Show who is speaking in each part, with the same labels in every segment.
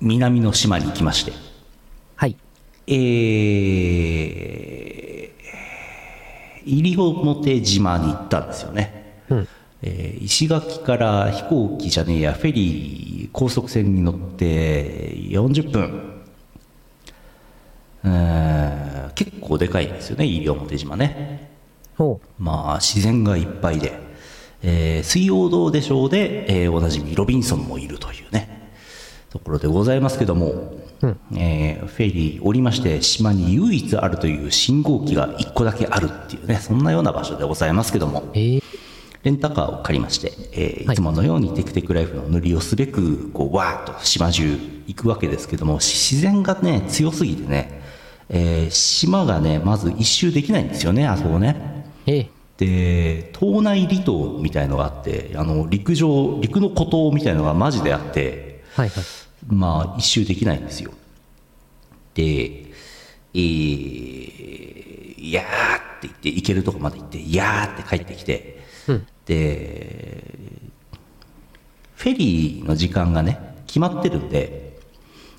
Speaker 1: 南の島に行きまして、
Speaker 2: はい。
Speaker 1: えー、西表島に行ったんですよね、
Speaker 2: うん
Speaker 1: えー石垣から飛行機じゃねえやフェリー高速船に乗って40分うーん結構でかいんですよね西表島ね
Speaker 2: ほ
Speaker 1: まあ自然がいっぱいで、えー水曜どうでしょうで、えーおなじみロビンソンもいるというねところでございますけども、えーフェリー降りまして島に唯一あるという信号機が1個だけあるっていうねそんなような場所でございますけども
Speaker 2: う。えー、
Speaker 1: レンタカーを借りまして、えー
Speaker 2: は
Speaker 1: い
Speaker 2: い
Speaker 1: つものようにテクテクライフの塗りをすべくこうわーっと島中行くわけですけどもし自然がね強すぎてね、えー島がねまず一周できないんですよねあそこね。
Speaker 2: えー、
Speaker 1: で島内離島みたいのがあってあの陸上陸の孤島みたいのがマジであって
Speaker 2: はいはい。
Speaker 1: まあ一周できないんですよでえーいやーって言って行けるとこまで行っていやーって帰ってきて、
Speaker 2: うん
Speaker 1: でフェリーの時間がね決まってるんで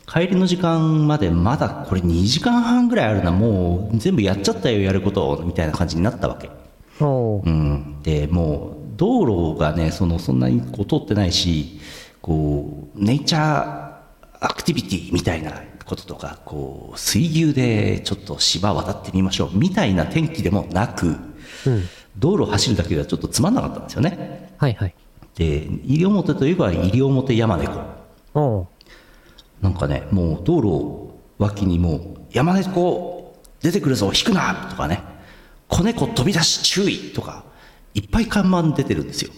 Speaker 1: 帰りの時間までまだこれ2時間半ぐらいあるなもう全部やっちゃったよやることみたいな感じになったわけ
Speaker 2: おー
Speaker 1: うん、でもう道路がねそのそんなにこう通ってないしこうネイチャーアクティビティみたいなこととかこう水牛でちょっと芝渡ってみましょうみたいな天気でもなく、道路走るだけではちょっとつまんなかったんですよね
Speaker 2: はいはい。
Speaker 1: で西表といえば西表山猫
Speaker 2: おー
Speaker 1: なんかねもう道路脇にもう「山猫出てくるぞ引くな!」とかね「子猫飛び出し注意!」とかいっぱい看板出てるんですよ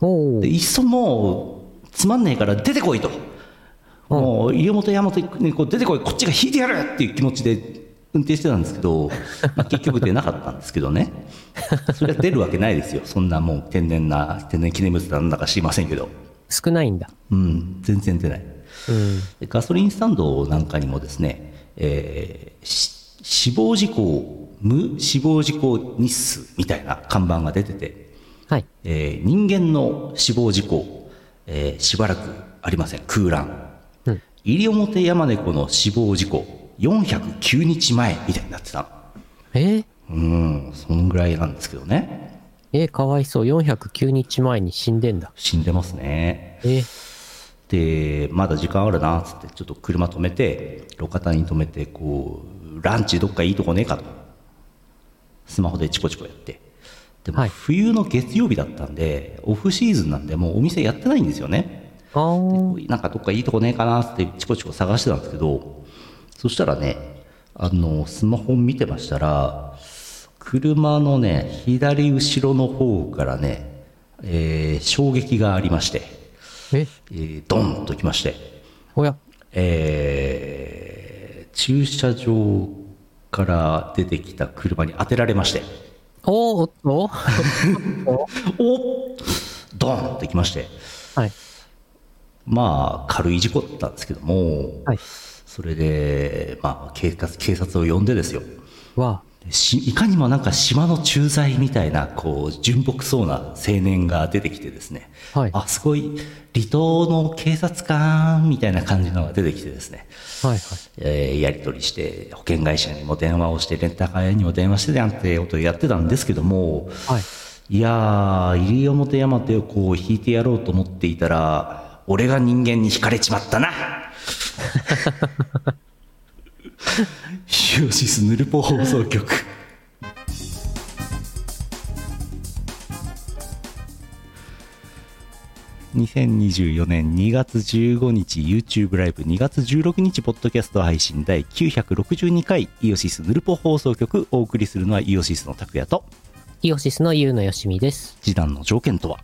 Speaker 2: お
Speaker 1: で
Speaker 2: ー
Speaker 1: いっそもうつまんねえから出てこいと、もう家元山本にこう出てこいこっちが引いてやるっていう気持ちで運転してたんですけど、まあ、結局出なかったんですけどねそれは出るわけないですよそんなもう天然な天然記念物なんだか知りませんけど
Speaker 2: 少ないんだ。
Speaker 1: うん全然出ない
Speaker 2: うん。
Speaker 1: でガソリンスタンドなんかにもですね、えーし死亡事故無死亡事故日数みたいな看板が出てて
Speaker 2: はい。
Speaker 1: えー人間の死亡事故、えーしばらくありません空欄
Speaker 2: うん。
Speaker 1: 西表山猫の死亡事故409日前みたいになってた
Speaker 2: えー、
Speaker 1: のうんそんぐらいなんですけどね
Speaker 2: えー、かわいそう。409日前に死んでんだ。
Speaker 1: 死んでますね
Speaker 2: えー、
Speaker 1: でまだ時間あるなっつってちょっと車止めて路肩に止めてこうランチどっかいいとこねえかとスマホでチコチコやってでも
Speaker 2: はい
Speaker 1: 冬の月曜日だったんでオフシーズンなんでもうお店やってないんですよね
Speaker 2: あー
Speaker 1: なんかどっかいいとこねえかなってチコチコ探してたんですけどそしたらねあのスマホ見てましたら車のね左後ろの方からね、えー衝撃がありまして、
Speaker 2: え、
Speaker 1: えードンときまして、
Speaker 2: おや、
Speaker 1: えー駐車場から出てきた車に当てられまして
Speaker 2: おーおっと
Speaker 1: おっドンときまして
Speaker 2: はい。
Speaker 1: まあ軽い事故だったんですけども、
Speaker 2: はい。
Speaker 1: それで、まあ、警察警察を呼んでですよ
Speaker 2: わ
Speaker 1: しいかにもなんか島の駐在みたいなこう純朴そうな青年が出てきてですね、
Speaker 2: はい
Speaker 1: あすごい離島の警察官みたいな感じのが出てきてですね、
Speaker 2: あ。はいはい。
Speaker 1: えーやり取りして保険会社にも電話をしてレンタカー屋にも電話してなんてことをやってたんですけども、
Speaker 2: はい。
Speaker 1: いやー西表山手をこう引いてやろうと思っていたら俺が人間に惹かれちまったなヒオシスヌルポ放送局2024年2月15日 YouTube ライブ2月16日ポッドキャスト配信第962回イオシスヌルポ放送局お送りするのはイオシスの拓也と
Speaker 2: イオシスのゆうのよしみです。
Speaker 1: 示談の条件とは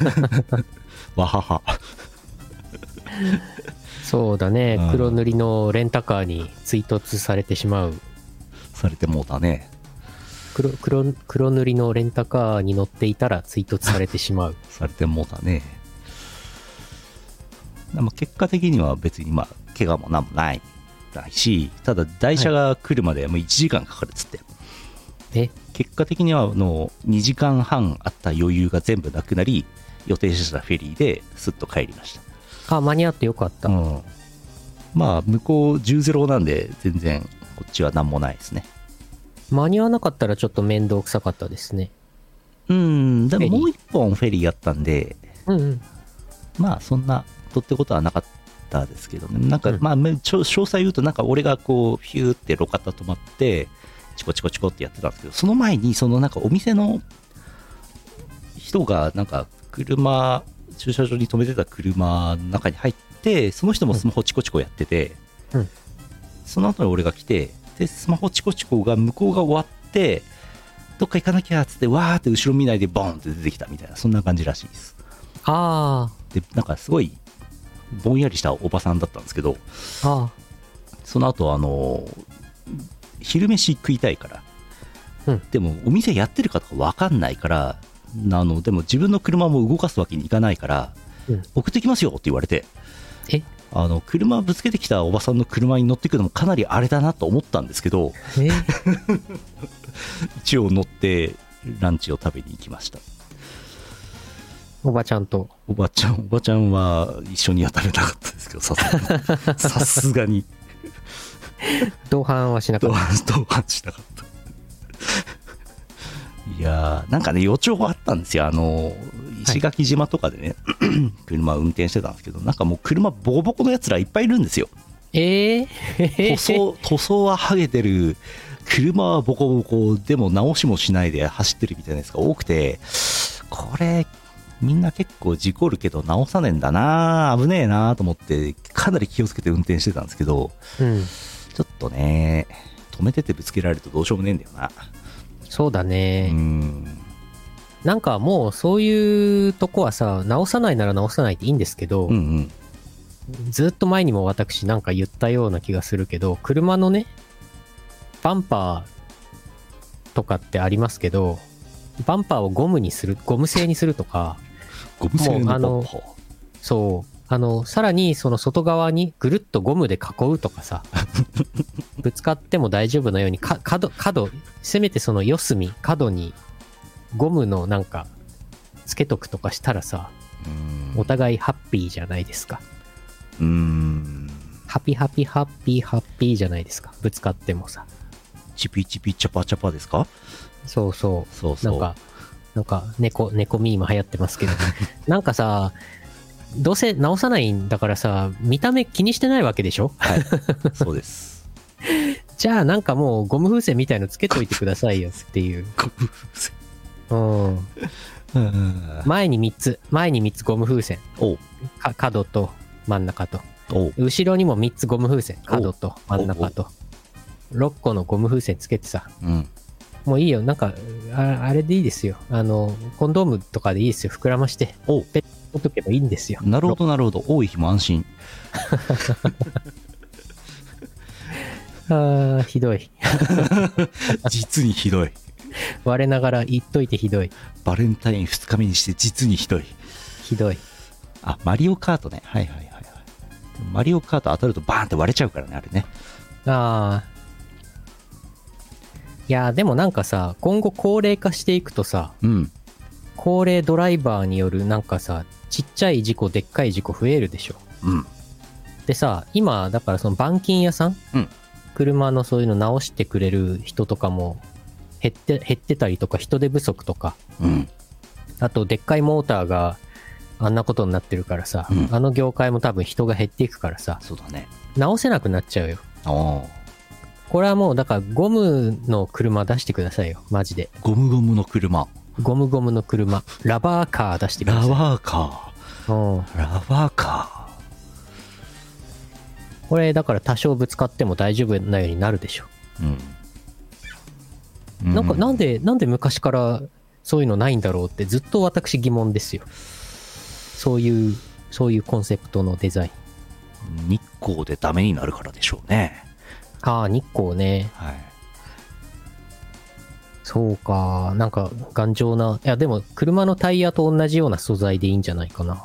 Speaker 1: わはは
Speaker 2: そうだね、
Speaker 1: うん
Speaker 2: 黒塗りのレンタカーに追突されてしまう
Speaker 1: されてもうたね
Speaker 2: 黒黒黒塗りのレンタカーに乗っていたら追突されて しまう
Speaker 1: されてもうたねまあ結果的には別にまあ怪我もなんもないないしただ台車が来るまでもう1時間かかるっつって、
Speaker 2: え
Speaker 1: 結果的にはあの2時間半あった余裕が全部なくなり予定してたフェリーですっと帰りました
Speaker 2: あ、間に合ってよかった。
Speaker 1: うん、まあ向こう10ゼロなんで全然こっちは何もないですね
Speaker 2: 間に合わなかったらちょっと面倒くさかったですね。
Speaker 1: うんでも
Speaker 2: フェリー
Speaker 1: もう一本フェリーやったんで
Speaker 2: うんうん。
Speaker 1: まあそんなとってことはなかったですけどねなんか、
Speaker 2: うん
Speaker 1: まあめちょ詳細言うとなんか俺がこうヒューって路肩止まってチコチコチコってやってたんですけどその前にそのなんかお店の人がなんか車駐車場に止めてた車の中に入ってその人もスマホチコチコやってて、
Speaker 2: うん
Speaker 1: その後に俺が来てでスマホチコチコが向こうが終わってどっか行かなきゃっつってわーって後ろ見ないでボーンって出てきたみたいなそんな感じらしいです
Speaker 2: あ
Speaker 1: でなんかすごいぼんやりしたおばさんだったんですけど
Speaker 2: あ、あ
Speaker 1: その後あの昼飯食いたいから、
Speaker 2: うん
Speaker 1: でもお店やってるかとか分かんないからあのでも自分の車も動かすわけにいかないから、
Speaker 2: うん
Speaker 1: 送ってきますよって言われて
Speaker 2: え
Speaker 1: あの車ぶつけてきたおばさんの車に乗ってくのもかなりあれだなと思ったんですけど
Speaker 2: あ、え
Speaker 1: 一応乗ってランチを食べに行きました
Speaker 2: おばちゃんと。
Speaker 1: おばちゃん、おばちゃんは一緒には食べなかったですけど、さすがに。さすが に。
Speaker 2: 同伴はしなか
Speaker 1: 同
Speaker 2: っ
Speaker 1: 伴同伴しなかった。いやー、なんかね、予兆があったんですよ。あの、石垣島とかでね、 車運転してたんですけど、なんかもう車ボコボコのやつらいっぱいいるんですよ。
Speaker 2: た。ええ
Speaker 1: 塗装、塗装は剥げてる、車はボコボコ、でも直しもしないで走ってるみたいなやつが多くて、これ、みんな結構事故るけど直さねえんだな危ねえなと思って、かなり気をつけて運転してたんですけど、
Speaker 2: うん。
Speaker 1: ちょっとね、止めててぶつけられるとどうしようもねえんだよな。
Speaker 2: そうだ
Speaker 1: う
Speaker 2: ね。
Speaker 1: ん。
Speaker 2: なんかもうそういうとこはさ、直さないなら直さないでいいんですけど、
Speaker 1: うんうん。
Speaker 2: ずっと前にも私なんか言ったような気がするけど、車のね、バンパーとかってありますけど、バンパーをゴムにする、ゴム製にするとか、
Speaker 1: ゴム製の
Speaker 2: もうあ
Speaker 1: ポ
Speaker 2: の
Speaker 1: ッポ。
Speaker 2: そう、あの、さらにその外側にぐるっとゴムで囲うとかさ、ぶつかっても大丈夫なように、か角、角、せめてその四隅、角にゴムのなんか、つけとくとかしたらさ、
Speaker 1: うん
Speaker 2: お互いハッピーじゃないですか。
Speaker 1: うん。
Speaker 2: ハピハピハッピーハッピーじゃないですか。ぶつかってもさ。
Speaker 1: チピチピチャパチャパですか
Speaker 2: そうそ
Speaker 1: そう
Speaker 2: う。な
Speaker 1: そう。
Speaker 2: んか、なんか、猫、猫ミー今流行ってますけ ど。なんかさ、どうせ直さないんだからさ、見た目気にしてないわけでしょ
Speaker 1: はい。 そうです。
Speaker 2: じゃあなんかもうゴム風船みたいのつけといてくださいよっていう。
Speaker 1: ゴム風
Speaker 2: うん。
Speaker 1: 船。うん。
Speaker 2: 前に3つ。前に3つゴム風船。
Speaker 1: おう
Speaker 2: か角と真ん中と。
Speaker 1: おう
Speaker 2: 後ろにも3つゴム風船。角と真ん中と。6個のゴム風船つけてさ。
Speaker 1: うん。
Speaker 2: もういいよ。なんか、ああれでいいですよ。あの、コンドームとかでいいですよ。膨らまして。
Speaker 1: お
Speaker 2: ペット置とけばいいんですよ。
Speaker 1: なるほど、なるほど。多い日も安心。
Speaker 2: あーひどい。
Speaker 1: 実にひどい。
Speaker 2: 我ながら言っといてひどい。
Speaker 1: バレンタイン2日目にして実にひどい。
Speaker 2: ひどい。
Speaker 1: あ、マリオカートね。はいはいはいはい。でもマリオカート当たるとバーンって割れちゃうからね、あれね。
Speaker 2: ああ。いやー、でもなんかさ、今後高齢化していくとさ、
Speaker 1: うん。
Speaker 2: 高齢ドライバーによるなんかさ、ちっちゃい事故、でっかい事故増えるでしょ。
Speaker 1: うん。
Speaker 2: でさ、今、だからその板金屋さん、
Speaker 1: うん
Speaker 2: 車のそういうの直してくれる人とかも減って、減ってたりとか、人手不足とか、
Speaker 1: うん。
Speaker 2: あと、でっかいモーターがあんなことになってるからさ、
Speaker 1: うん
Speaker 2: あの業界も多分人が減っていくからさ、
Speaker 1: そうだね。
Speaker 2: 直せなくなっちゃうよ。
Speaker 1: ああ。
Speaker 2: これはもう、だからゴムの車出してくださいよ、マジで。
Speaker 1: ゴムゴムの車。
Speaker 2: ゴムゴムの車、ラバーカー出してくだ
Speaker 1: ラ
Speaker 2: さい。
Speaker 1: バーカ
Speaker 2: うん、
Speaker 1: ー。ラバーカ
Speaker 2: これ、だから多少ぶつかっても大丈夫なようになるでしょ。
Speaker 1: ー。うん。う
Speaker 2: なんか、なんで、なんで昔からそういうのないんだろうってずっと私疑問ですよ。そういう、そういうコンセプトのデザイン。
Speaker 1: 日光でダメになるからでしょうね。
Speaker 2: ああ、日光ね。
Speaker 1: はい。
Speaker 2: そうか。なんか、頑丈な。いや、でも、車のタイヤと同じような素材でいいんじゃないかな。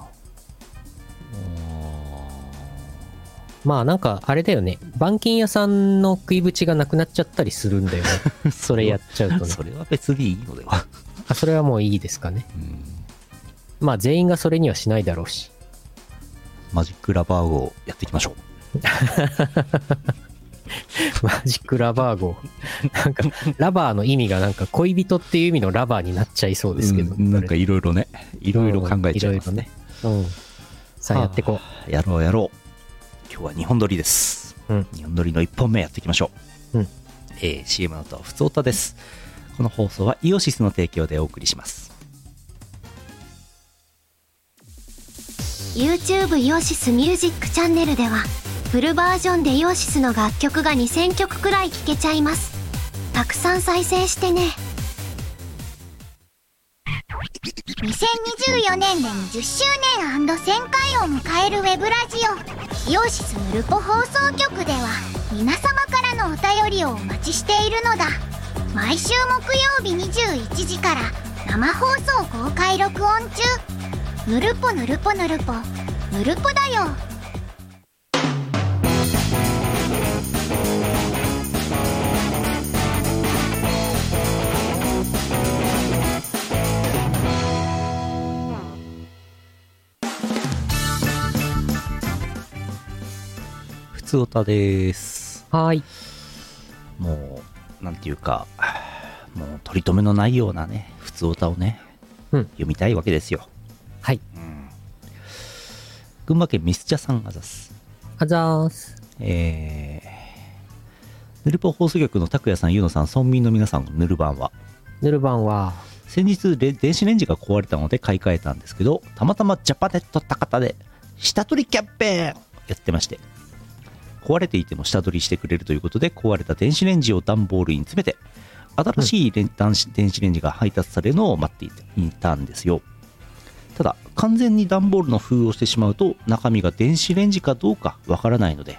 Speaker 2: まあ、なんか、あれだよね。板金屋さんの食い口がなくなっちゃったりするんだよ ね。それやっちゃうとね
Speaker 1: そ。れは別にいいのでは。
Speaker 2: あ、それはもういいですかね。
Speaker 1: うん。
Speaker 2: まあ、全員がそれにはしないだろうし。
Speaker 1: マジックラバー号をやっていきましょう。
Speaker 2: マジックラバー号。 なんか、ラバーの意味がなんか恋人っていう意味のラバーになっちゃいそうですけど。
Speaker 1: うんなんかいろいろね、い
Speaker 2: い
Speaker 1: ろいろ考えちゃいますね。。
Speaker 2: いろいろね。うん。さあやっていこ
Speaker 1: やろうやろう。今日は2本撮りです。
Speaker 2: うん
Speaker 1: 2本撮りの1本目やっていきましょう。
Speaker 2: うん
Speaker 1: えー CM の後はふつおたです。この放送はイオシスの提供でお送りします。
Speaker 3: YouTube イオシスミュージックチャンネルではフルバージョンでイオシスの楽曲が2000曲くらい聴けちゃいますたくさん再生してね
Speaker 4: 2024年で20周年 &1000 回を迎えるウェブラジオイオシスヌルポ放送局では皆様からのお便りをお待ちしているのだ毎週木曜日21時から生放送公開録音中ぬるぽぬるぽぬるぽぬるぽだよ
Speaker 1: ふつおたです。
Speaker 2: う。はーい。
Speaker 1: もう、なんていうか、もう取り留めのないようなね、ふつおたをね、
Speaker 2: うん
Speaker 1: 読みたいわけですよ。
Speaker 2: はい。
Speaker 1: 群馬県ミスチャさんあざす。
Speaker 2: あざーす。
Speaker 1: えー、ヌルポ放送局の拓也さん、ゆうのさん、村民の皆さん、ヌル版は。
Speaker 2: ぬるばんは、
Speaker 1: 先日レ電子レンジが壊れたので買い替えたんですけどたまたまジャパネット高田で下取りキャンペーンやってまして壊れていても下取りしてくれるということで壊れた電子レンジを段ボールに詰めて新しいレン、電子電子レンジが配達されるのを待っていたいたんですよただ完全に段ボールの封をしてしまうと中身が電子レンジかどうかわからないので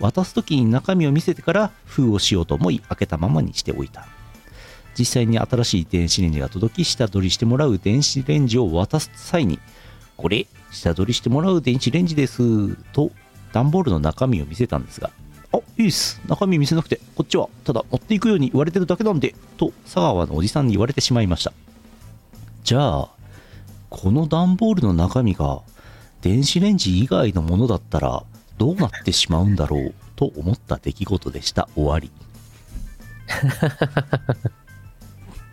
Speaker 1: 渡す時に中身を見せてから封をしようと思い開けたままにしておいた実際に新しい電子レンジが届き下取りしてもらう電子レンジを渡す際にこれ下取りしてもらう電子レンジですと段ボールの中身を見せたんですがあいいっす中身見せなくてこっちはただ持っていくように言われてるだけなんでと佐川のおじさんに言われてしまいましたじゃあこの段ボールの中身が電子レンジ以外のものだったらどうなってしまうんだろうと思った出来事でした終わり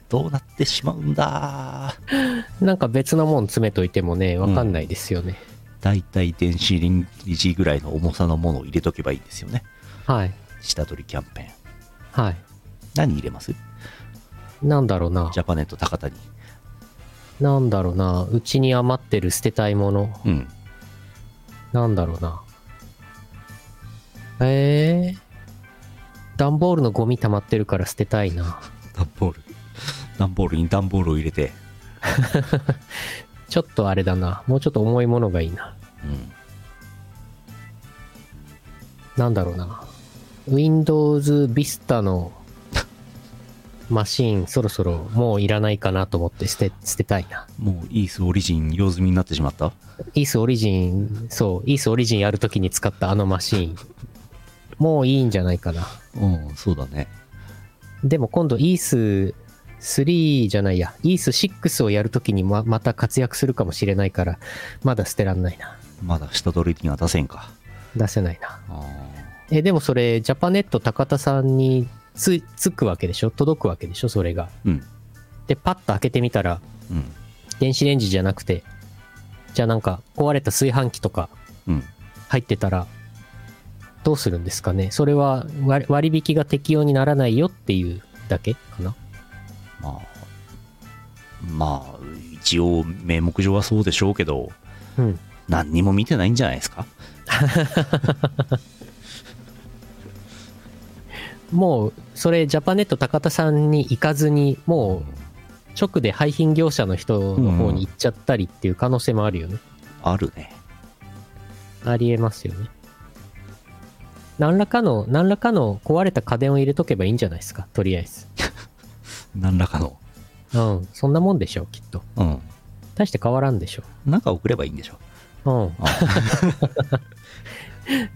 Speaker 1: どうなってしまうんだ
Speaker 2: なんか別のもん詰めといてもね、わかんないですよね。
Speaker 1: だいたい電子レンジぐらいの重さのものを入れとけばいいんですよね
Speaker 2: はい。
Speaker 1: 下取りキャンペーン
Speaker 2: はい。
Speaker 1: 何入れます
Speaker 2: なんだろうな
Speaker 1: ジ。ャパネット高田に
Speaker 2: なんだろうな。うちに余ってる捨てたいもの。
Speaker 1: うん
Speaker 2: なんだろうな。えー。段ボールのゴミ溜まってるから捨てたいな。
Speaker 1: 段ボール段ボールに段ボールを入れて
Speaker 2: ちょっとあれだな。もうちょっと重いものがいいな。
Speaker 1: うん
Speaker 2: なんだろうな。Windows Vista のマシン、そろそろもういらないかなと思って捨て、捨てたいな。
Speaker 1: もうイースオリジン用済みになってしまった
Speaker 2: イースオリジン、そう、イースオリジンやるときに使ったあのマシン。もういいんじゃないかな。
Speaker 1: うんそうだね
Speaker 2: でも今度イース3じゃないや、イース6をやるときにままた活躍するかもしれないから、まだ捨てらんないな。
Speaker 1: まだ下取りには出せんか
Speaker 2: 出せないな。
Speaker 1: あ
Speaker 2: え、でもそれ、ジャパネット高田さんにつ、つくわけでしょ届くわけでしょそれが。
Speaker 1: ーうん
Speaker 2: で、パッと開けてみたら、
Speaker 1: うん
Speaker 2: 電子レンジじゃなくて、じゃあなんか壊れた炊飯器とか
Speaker 1: うん
Speaker 2: 入ってたら、どうするんですかねそれは割割引が適用にならないよっていうだけかな
Speaker 1: まあまあ一応名目上はそうでしょうけど
Speaker 2: うん。
Speaker 1: 何にも見てないんじゃないですか
Speaker 2: もう、それ、ジャパネット高田さんに行かずに、もう、直で廃品業者の人の方に行っちゃったりっていう可能性もあるよね。
Speaker 1: あるね
Speaker 2: ありえますよね。何らかの、何らかの壊れた家電を入れとけばいいんじゃないですか、とりあえず。
Speaker 1: 何らかの
Speaker 2: うん、そんなもんでしょう、きっと。
Speaker 1: うん
Speaker 2: 大して変わらんでしょ
Speaker 1: なんか送ればいいんでしょ
Speaker 2: う。うん。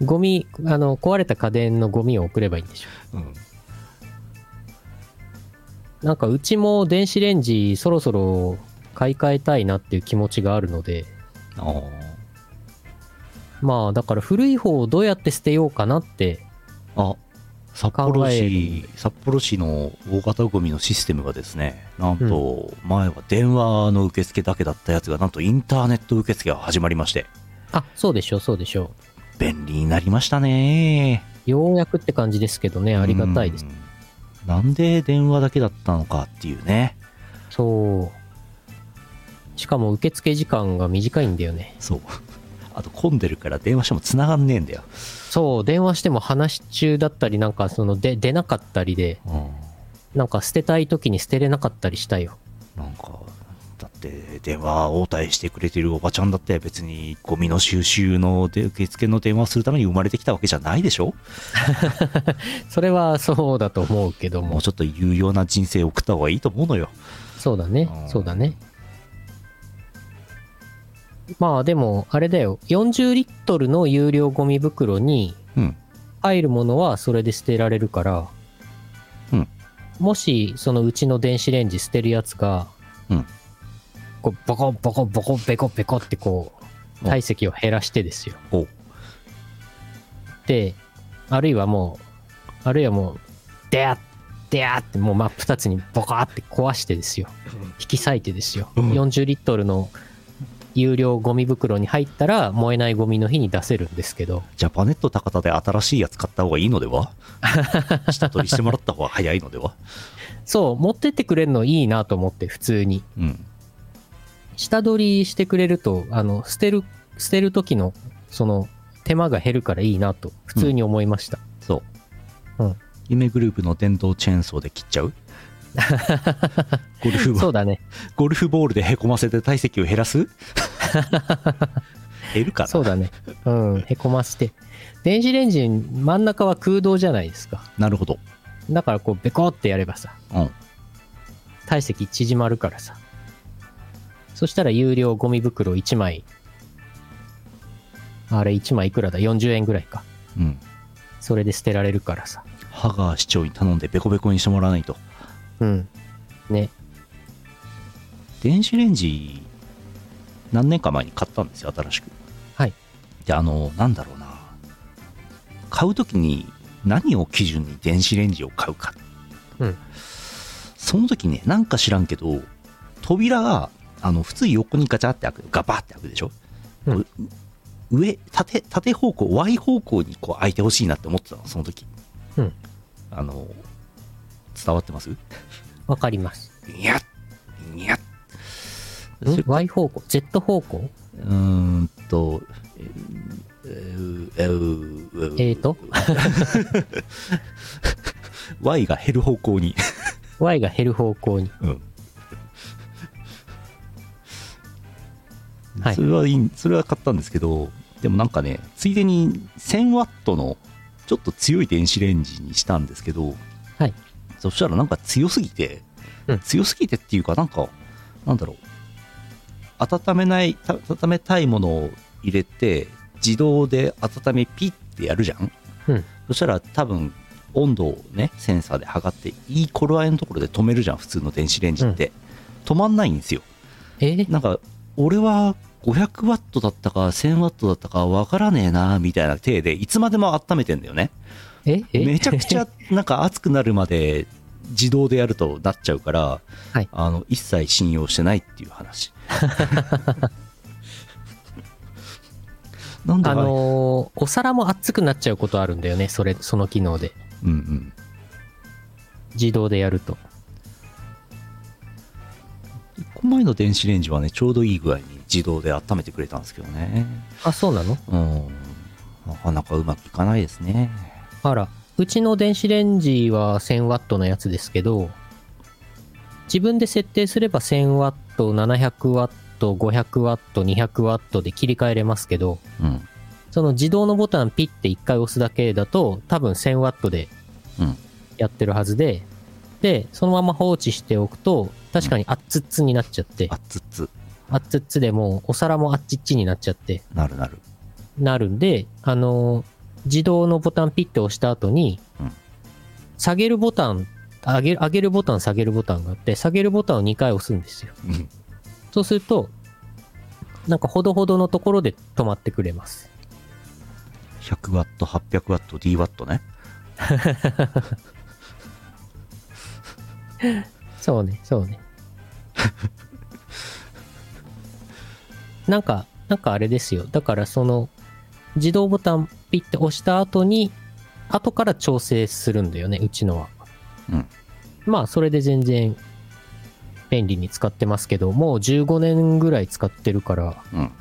Speaker 2: ゴミ、あの、壊れた家電のゴミを送ればいいんでし
Speaker 1: う
Speaker 2: ょ
Speaker 1: ん
Speaker 2: う。なんか、うちも電子レンジそろそろ買い替えたいなっていう気持ちがあるので、
Speaker 1: ああ
Speaker 2: まあだから古い方をどうやって捨てようかなって
Speaker 1: あ札幌
Speaker 2: 考え
Speaker 1: 市札幌市の大型ゴミのシステムがですねなんと前は電話の受付だけだったやつがなんとインターネット受付が始まりまして
Speaker 2: あそうでしょうそうでしょ
Speaker 1: 便利になりましたね
Speaker 2: うようやくって感じですけどねありがたいです
Speaker 1: うんなんで電話だけだったのかっていうね
Speaker 2: そうしかも受付時間が短いんだよね
Speaker 1: そうあと混んでるから電話しても繋がんねえんだよ、
Speaker 2: そう電話しても話し中だったりなんかそので出なかったりで
Speaker 1: うん
Speaker 2: なんか捨てたい時に捨てれなかったりしたよ
Speaker 1: なんか、だって電話応対してくれてるおばちゃんだって別にゴミの収集ので受付の電話をするために生まれてきたわけじゃないでしょ
Speaker 2: それはそうだと思うけど
Speaker 1: も
Speaker 2: も
Speaker 1: うちょっと有用な人生を送った方がいいと思うのよ。
Speaker 2: そうだね
Speaker 1: うん
Speaker 2: そうだねまあでもあれだよ40リットルの有料ゴミ袋に
Speaker 1: うん。
Speaker 2: 入るものはそれで捨てられるから、
Speaker 1: うん
Speaker 2: もしそのうちの電子レンジ捨てるやつが、
Speaker 1: うん
Speaker 2: こうボコンボコンボコンベコベコってこう
Speaker 1: お
Speaker 2: 体積を減らしてですよ
Speaker 1: お
Speaker 2: であるいはもうあるいはもうでやでやってもう真っ二つにボカーって壊してですよ引き裂いてですよ、
Speaker 1: うん
Speaker 2: 40リットルの有料ゴミ袋に入ったら燃えないゴミの日に出せるんですけど
Speaker 1: ジャパネット高田で新しいやつ買った方がいいので は下取りしてもらった方が早いのでは
Speaker 2: そう持ってってくれるのいいなと思って普通に
Speaker 1: うん。
Speaker 2: 下取りしてくれると、あの、捨てる、捨てる時の、その、手間が減るからいいなと、普通に思いました。
Speaker 1: そう。
Speaker 2: うん。
Speaker 1: 夢グループの電動チェーンソーで切っちゃ うゴルフボ
Speaker 2: そうだね。
Speaker 1: ゴルフボールでへこませて体積を減ら す減るかな
Speaker 2: そうだね。うん。へこまして。電子レンジン、真ん中は空洞じゃないですか。
Speaker 1: なるほど。
Speaker 2: だから、こう、ベコってやればさ、
Speaker 1: うん。
Speaker 2: 体積縮まるからさ。そしたら、有料ゴミ袋1枚。あれ、1枚いくらだ ?40 円ぐらいか。
Speaker 1: うん。
Speaker 2: それで捨てられるからさ。
Speaker 1: ハガー市長に頼んでベコベコにしてもらわないと。
Speaker 2: うん。ね。
Speaker 1: 電子レンジ、何年か前に買ったんですよ、新しく。
Speaker 2: はい。
Speaker 1: で、あの、なんだろうな。買うときに何を基準に電子レンジを買うか。
Speaker 2: うん。
Speaker 1: その時ね、なんか知らんけど、扉が、あの、普通横にガチャって開く、ガバって開くでしょ、
Speaker 2: うん
Speaker 1: う上、縦、縦方向、Y 方向にこう開いてほしいなって思ってたの、その時。
Speaker 2: うん。
Speaker 1: あの、伝わってます
Speaker 2: わかります。
Speaker 1: にゃっにゃっそれ
Speaker 2: ん ?Y 方向 ?Z 方向
Speaker 1: うーんと、えーえーえー
Speaker 2: えーと、
Speaker 1: Y が減る方向に、
Speaker 2: Y が減る方向に。
Speaker 1: うん
Speaker 2: はい
Speaker 1: それはいいそれは買ったんですけどでもなんかねついでに 1000W のちょっと強い電子レンジにしたんですけど、
Speaker 2: はい
Speaker 1: そしたらなんか強すぎて、
Speaker 2: うん
Speaker 1: 強すぎてっていうかなんかなんだろう温めないた温めたいものを入れて自動で温めピッてやるじゃん、
Speaker 2: うん
Speaker 1: そしたら多分温度をねセンサーで測っていい頃合いのところで止めるじゃん普通の電子レンジって、止まんないんですよ
Speaker 2: えー
Speaker 1: なんか俺は500ワットだったか1000ワットだったかわからねえなみたいな体でいつまでも温めてんだよね
Speaker 2: ええ
Speaker 1: めちゃく ちゃなんか熱くなるまで自動でやるとなっちゃうから、
Speaker 2: はい
Speaker 1: あの一切信用してないっていう 話なんで
Speaker 2: あ
Speaker 1: あれ
Speaker 2: のーお皿も熱くなっちゃうことあるんだよね、それ、その機能で。
Speaker 1: うんうん
Speaker 2: 自動でやると。
Speaker 1: 1個前の電子レンジはねちょうどいい具合に自動で温めてくれたんですけどね
Speaker 2: あ、そうなの
Speaker 1: うんなかなかうまくいかないですね
Speaker 2: あら、うちの電子レンジは 1000W のやつですけど、自分で設定すれば 1000W、700W、500W、200W で切り替えれますけど、
Speaker 1: うん
Speaker 2: その自動のボタンピッて1回押すだけだと、多分 1000W で
Speaker 1: うん
Speaker 2: やってるはずで、で、そのまま放置しておくと、確かにあっつっつになっちゃって、
Speaker 1: あっつっつ
Speaker 2: あっつっつでもうお皿もあっちっちになっちゃって、
Speaker 1: なるなる
Speaker 2: なるんで、あのー自動のボタンピッて押した後に
Speaker 1: うん、
Speaker 2: 下げるボタン、上げる、上げるボタン、下げるボタンがあって、下げるボタンを2回押すんですよ。
Speaker 1: うん
Speaker 2: そうすると、なんかほどほどのところで止まってくれます。
Speaker 1: 100ワット、800ワット、D ワットね。
Speaker 2: そうね、そうね。なんか、なんかあれですよ。だからその、自動ボタンピッて押した後に、後から調整するんだよね、うちのは。
Speaker 1: うん。
Speaker 2: まあ、それで全然、便利に使ってますけど、もう15年ぐらい使ってるから、
Speaker 1: うん。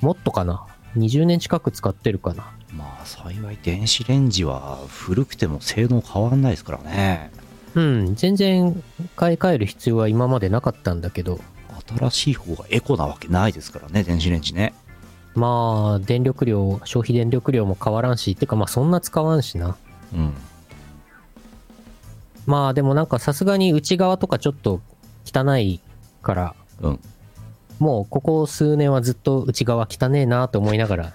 Speaker 2: もっとかな。20年近く使ってるかな。
Speaker 1: まあ、幸い電子レンジは古くても性能変わんないですからね。
Speaker 2: うん、全然買い替える必要は今までなかったんだけど、
Speaker 1: 新しい方がエコなわけないですからね、電子レンジね。
Speaker 2: まあ、電力量、消費電力量も変わらんし、てかまあそんな使わんしな。
Speaker 1: うん。
Speaker 2: まあでもなんかさすがに内側とかちょっと汚いから、
Speaker 1: うん。
Speaker 2: もうここ数年はずっと内側汚ねえなと思いながら、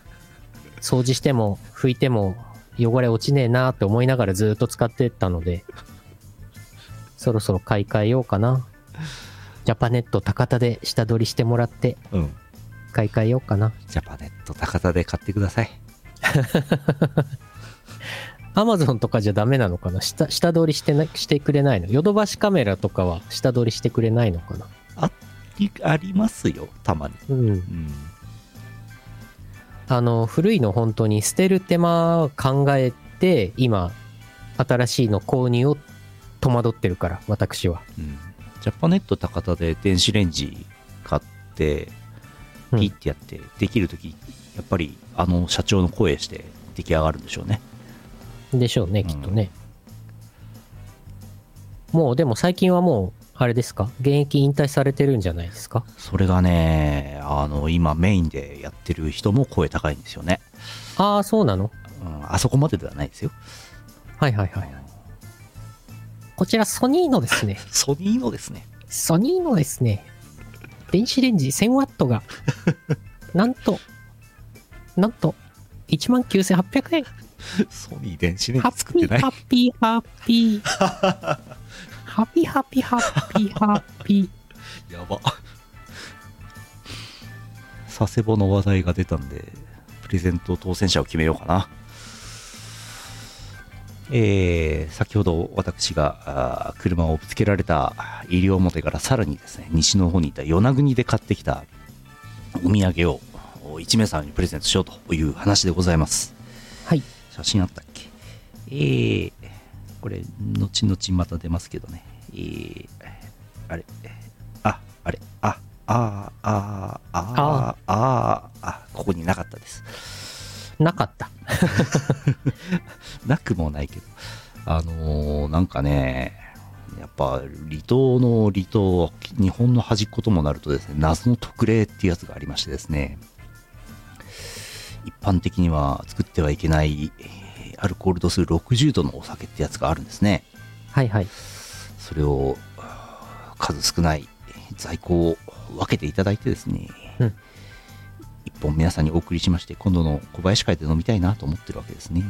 Speaker 2: 掃除しても拭いても汚れ落ちねえなと思いながらずっと使ってたので、そろそろ買い替えようかな。ジャパネット高田で下取りしてもらって
Speaker 1: うん。
Speaker 2: 買い替えようかな。
Speaker 1: ジャパネット高田で買ってください。
Speaker 2: アマゾンとかじゃダメなのかな下、下取りしてな、してくれないのヨドバシカメラとかは下取りしてくれないのかな
Speaker 1: りありますよ、たまに。
Speaker 2: うん。
Speaker 1: うん。
Speaker 2: あの、古いの本当に捨てる手間を考えて、今、新しいの購入を戸惑ってるから、私は。
Speaker 1: うん。ジャパネット高田で電子レンジ買って、
Speaker 2: うん
Speaker 1: ピッてやって、できるとき、やっぱりあの社長の声して出来上がるんでしょうね。
Speaker 2: でしょうね、
Speaker 1: うん
Speaker 2: きっとね。もう、でも最近はもう、あれですか現役引退されてるんじゃないですか
Speaker 1: それがね、あの、今メインでやってる人も声高いんですよね。
Speaker 2: ああ、そうなの
Speaker 1: うん、あそこまでではないですよ。
Speaker 2: はいはいはい。こちらソニーのですね。
Speaker 1: ソニーのですね。
Speaker 2: ソニーのですね、電子レンジ1000ワッ トが、なんと、なんと、19,800円。
Speaker 1: ソニー電子レ
Speaker 2: ハッピー、ハッピー、ハッピー。 ハッピー、ハッピー、ハッピー、ハッピー。
Speaker 1: やば。佐世保の話題が出たんで、プレゼント当選者を決めようかな。えー先ほど私があー車をぶつけられた西表からさらにですね、西の方にいた与那国で買ってきたお土産を1名様にプレゼントしようという話でございます。
Speaker 2: はい。
Speaker 1: 写真あったっけえー、これ後々また出ますけどねえー、あれああれああーあーあーあーあーあここになかったです
Speaker 2: なかった。
Speaker 1: なくもないけどあのーなんかねやっぱ離島の離島日本の端っこともなるとですね謎の特例っていうやつがありましてですね一般的には作ってはいけないえーアルコール度数60度のお酒ってやつがあるんですね
Speaker 2: はいはい。
Speaker 1: それをあー数少ない在庫を分けていただいてですね、
Speaker 2: うん
Speaker 1: 一本皆さんにお送りしまして今度の小林会で飲みたいなと思ってるわけですね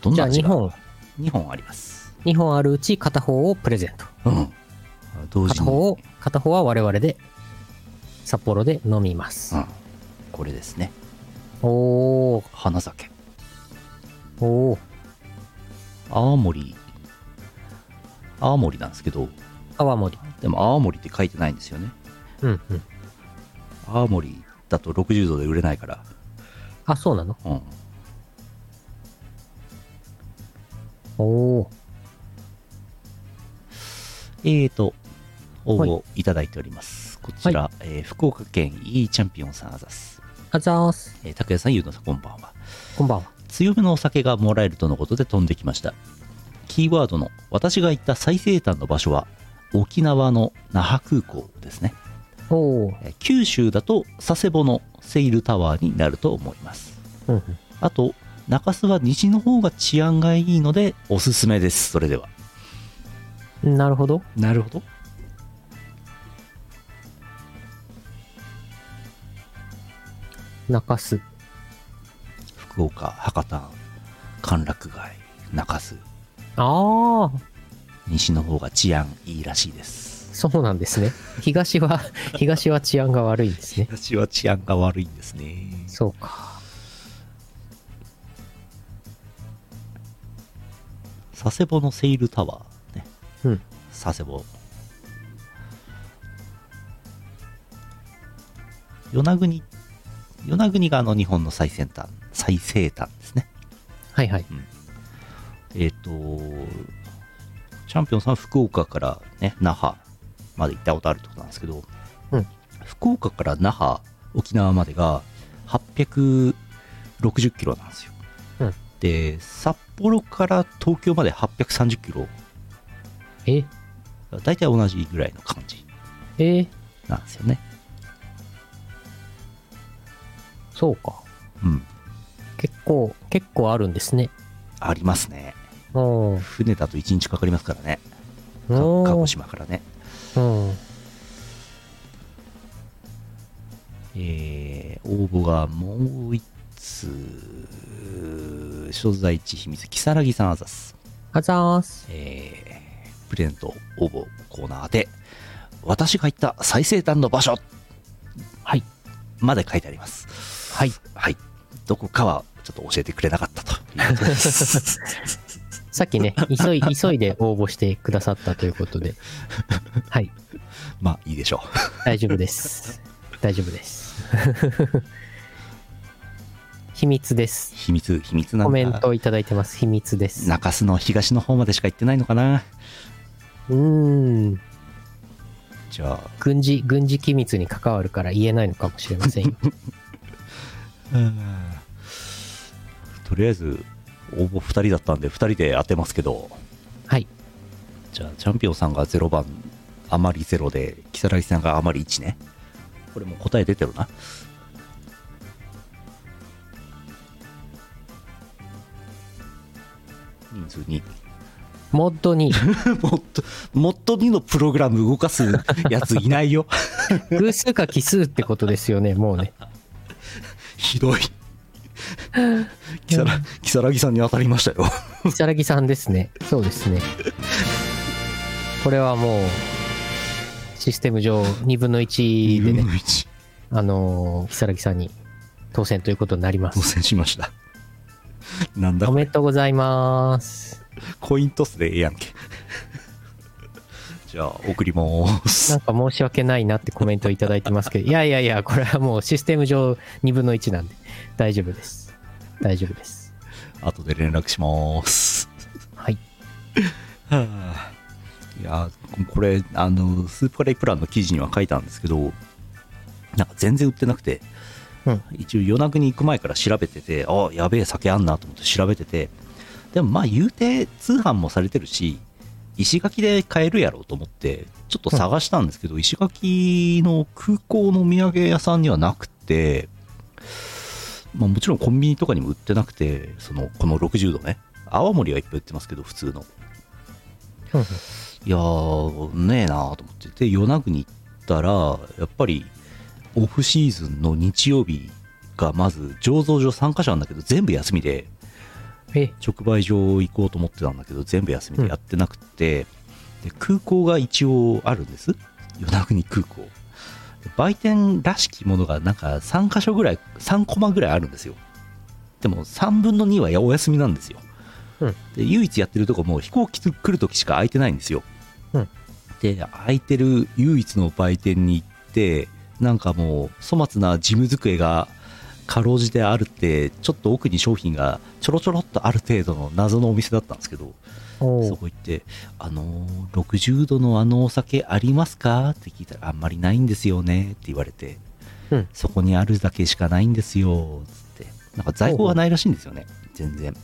Speaker 1: どん
Speaker 2: じゃ
Speaker 1: な
Speaker 2: あ
Speaker 1: 味
Speaker 2: 2
Speaker 1: が
Speaker 2: 本、
Speaker 1: 2本あります
Speaker 2: 2本あるうち片方をプレゼント。
Speaker 1: うん同時
Speaker 2: 片
Speaker 1: に、
Speaker 2: 方
Speaker 1: うん
Speaker 2: を、片方は我々で、札幌で飲みます。
Speaker 1: これですね
Speaker 2: おー、
Speaker 1: 花酒
Speaker 2: おー、
Speaker 1: 青森青森なんですけど
Speaker 2: 泡盛。
Speaker 1: でも青森って書いてないんですよね
Speaker 2: うんうん。
Speaker 1: 青森だと60度で売れないから
Speaker 2: あ、そうなの
Speaker 1: うん
Speaker 2: おー、
Speaker 1: えーと、応募いただいております。こちら、えー福岡県 E チャンピオンさんあざす。
Speaker 2: あざーす。
Speaker 1: えー、拓也さん、ゆうのさん、こんばんは。
Speaker 2: こんばんは。
Speaker 1: 強めのお酒がもらえるとのことで飛んできました。キーワードの、私が行った最西端の場所は、沖縄の那覇空港ですね。
Speaker 2: おー、
Speaker 1: えー九州だと佐世保のセイルタワーになると思います。
Speaker 2: うんうん。
Speaker 1: あと、中洲は西の方が治安がいいので、おすすめです。それでは。
Speaker 2: なるほど。
Speaker 1: なるほど。
Speaker 2: 中洲。
Speaker 1: 福岡、博多、歓楽街、中洲。
Speaker 2: ああ、
Speaker 1: 西の方が治安いいらしいです
Speaker 2: そうなんで すね。東は、東は治安が悪いんですね。
Speaker 1: 私は治安が悪いんですね
Speaker 2: そうか。
Speaker 1: 佐世保のセイルタワーね
Speaker 2: うん。
Speaker 1: 佐世保与那国与那国があの日本の最先端最西端ですね
Speaker 2: はいはい。
Speaker 1: えっ、とチャンピオンさんは福岡からね那覇まで行ったことあるってことなんですけど、
Speaker 2: うん
Speaker 1: 福岡から那覇沖縄までが860キロなんですよ、
Speaker 2: うん
Speaker 1: で札幌から東京まで830キロ
Speaker 2: え、
Speaker 1: 大体同じぐらいの感じ
Speaker 2: えー
Speaker 1: なんですよね
Speaker 2: そうか。
Speaker 1: うん
Speaker 2: 結構、結構あるんですね。
Speaker 1: ありますね
Speaker 2: おー
Speaker 1: 船だと1日かかりますからねか鹿
Speaker 2: おー
Speaker 1: 児島からね
Speaker 2: うん。
Speaker 1: えー応募がもう一通所在地秘密如月さんあざす、
Speaker 2: あざーす。
Speaker 1: えープレゼント応募コーナー宛て私が行った最西端の場所はいまで書いてあります
Speaker 2: はい
Speaker 1: はいどこかはちょっと教えてくれなかったということです
Speaker 2: さっきね、急 い、急いで応募してくださったということで。はい。
Speaker 1: まあいいでしょう
Speaker 2: 大丈夫です。大丈 夫です。秘密です。
Speaker 1: 秘密秘密なんだ
Speaker 2: コメントいただいてます。秘密です。
Speaker 1: 中洲の東の方までしか行ってないのかな
Speaker 2: うーん。
Speaker 1: じゃあ
Speaker 2: 軍事、軍事機密に関わるから言えないのかもしれませんよ。
Speaker 1: とりあえず応募2人だったんで2人で当てますけど
Speaker 2: はい。
Speaker 1: じゃあチャンピオンさんが0番余り0で如月さんが余り1ねこれもう答え出てるな人数2
Speaker 2: モッドに、
Speaker 1: もっともっと2のプログラム動かすやついないよ
Speaker 2: 偶数か奇数ってことですよね、もうね。
Speaker 1: ひどい如月如月さんに当たりましたよ
Speaker 2: 如月さんですね。そうですね。これはもう、システム上2分の1 で
Speaker 1: 2分
Speaker 2: ね
Speaker 1: の、1
Speaker 2: あのー、如月さんに当選ということになりま
Speaker 1: 当
Speaker 2: す。
Speaker 1: 選しましたなんだ
Speaker 2: お
Speaker 1: こ
Speaker 2: め
Speaker 1: れ
Speaker 2: でとうございます。
Speaker 1: コイントスでええやんけじゃあ送りまーす
Speaker 2: なんか申し訳ないなってコメントいただいてますけど、いやいやいや、これはもうシステム上2分の1なんで、大丈夫です。大丈夫です。
Speaker 1: 後で連絡します
Speaker 2: はい。
Speaker 1: いやーこれあのスープカレープランの記事には書いたんですけどなんか全然売ってなくて、
Speaker 2: うん
Speaker 1: 一応夜中に行く前から調べててあやべえ酒あんなと思って調べててでもまあ言うて通販もされてるし石垣で買えるやろうと思ってちょっと探したんですけど、石垣の空港の土産屋さんにはなくて、まあ、もちろんコンビニとかにも売ってなくてそのこの60度ね泡盛はいっぱい売ってますけど普通の
Speaker 2: うん
Speaker 1: いやーねえなーと思ってで与那国行ったらやっぱりオフシーズンの日曜日がまず醸造所参加者なんだけど全部休みで
Speaker 2: え、
Speaker 1: 直売所行こうと思ってたんだけど全部休み
Speaker 2: う
Speaker 1: で
Speaker 2: ん
Speaker 1: やってなくて、で空港が一応あるんです与那国空港で売店らしきものがなんか3箇所ぐらい3コマぐらいあるんですよでも3分の2はお休みなんですよ、
Speaker 2: うん
Speaker 1: で唯一やってるとこも飛行機来る時しか空いてないんですよ、
Speaker 2: うん
Speaker 1: で空いてる唯一の売店に行ってなんかもう粗末な事務机がかろうじてあるってちょっと奥に商品がちょろちょろっとある程度の謎のお店だったんですけど
Speaker 2: お
Speaker 1: そ
Speaker 2: ー
Speaker 1: こ行って「あのー60度のあのお酒ありますか?」って聞いたら「あんまりないんですよね」って言われて、
Speaker 2: うん
Speaker 1: そこにあるだけしかないんですよ」つってなんか在庫がないらしいんですよね全然、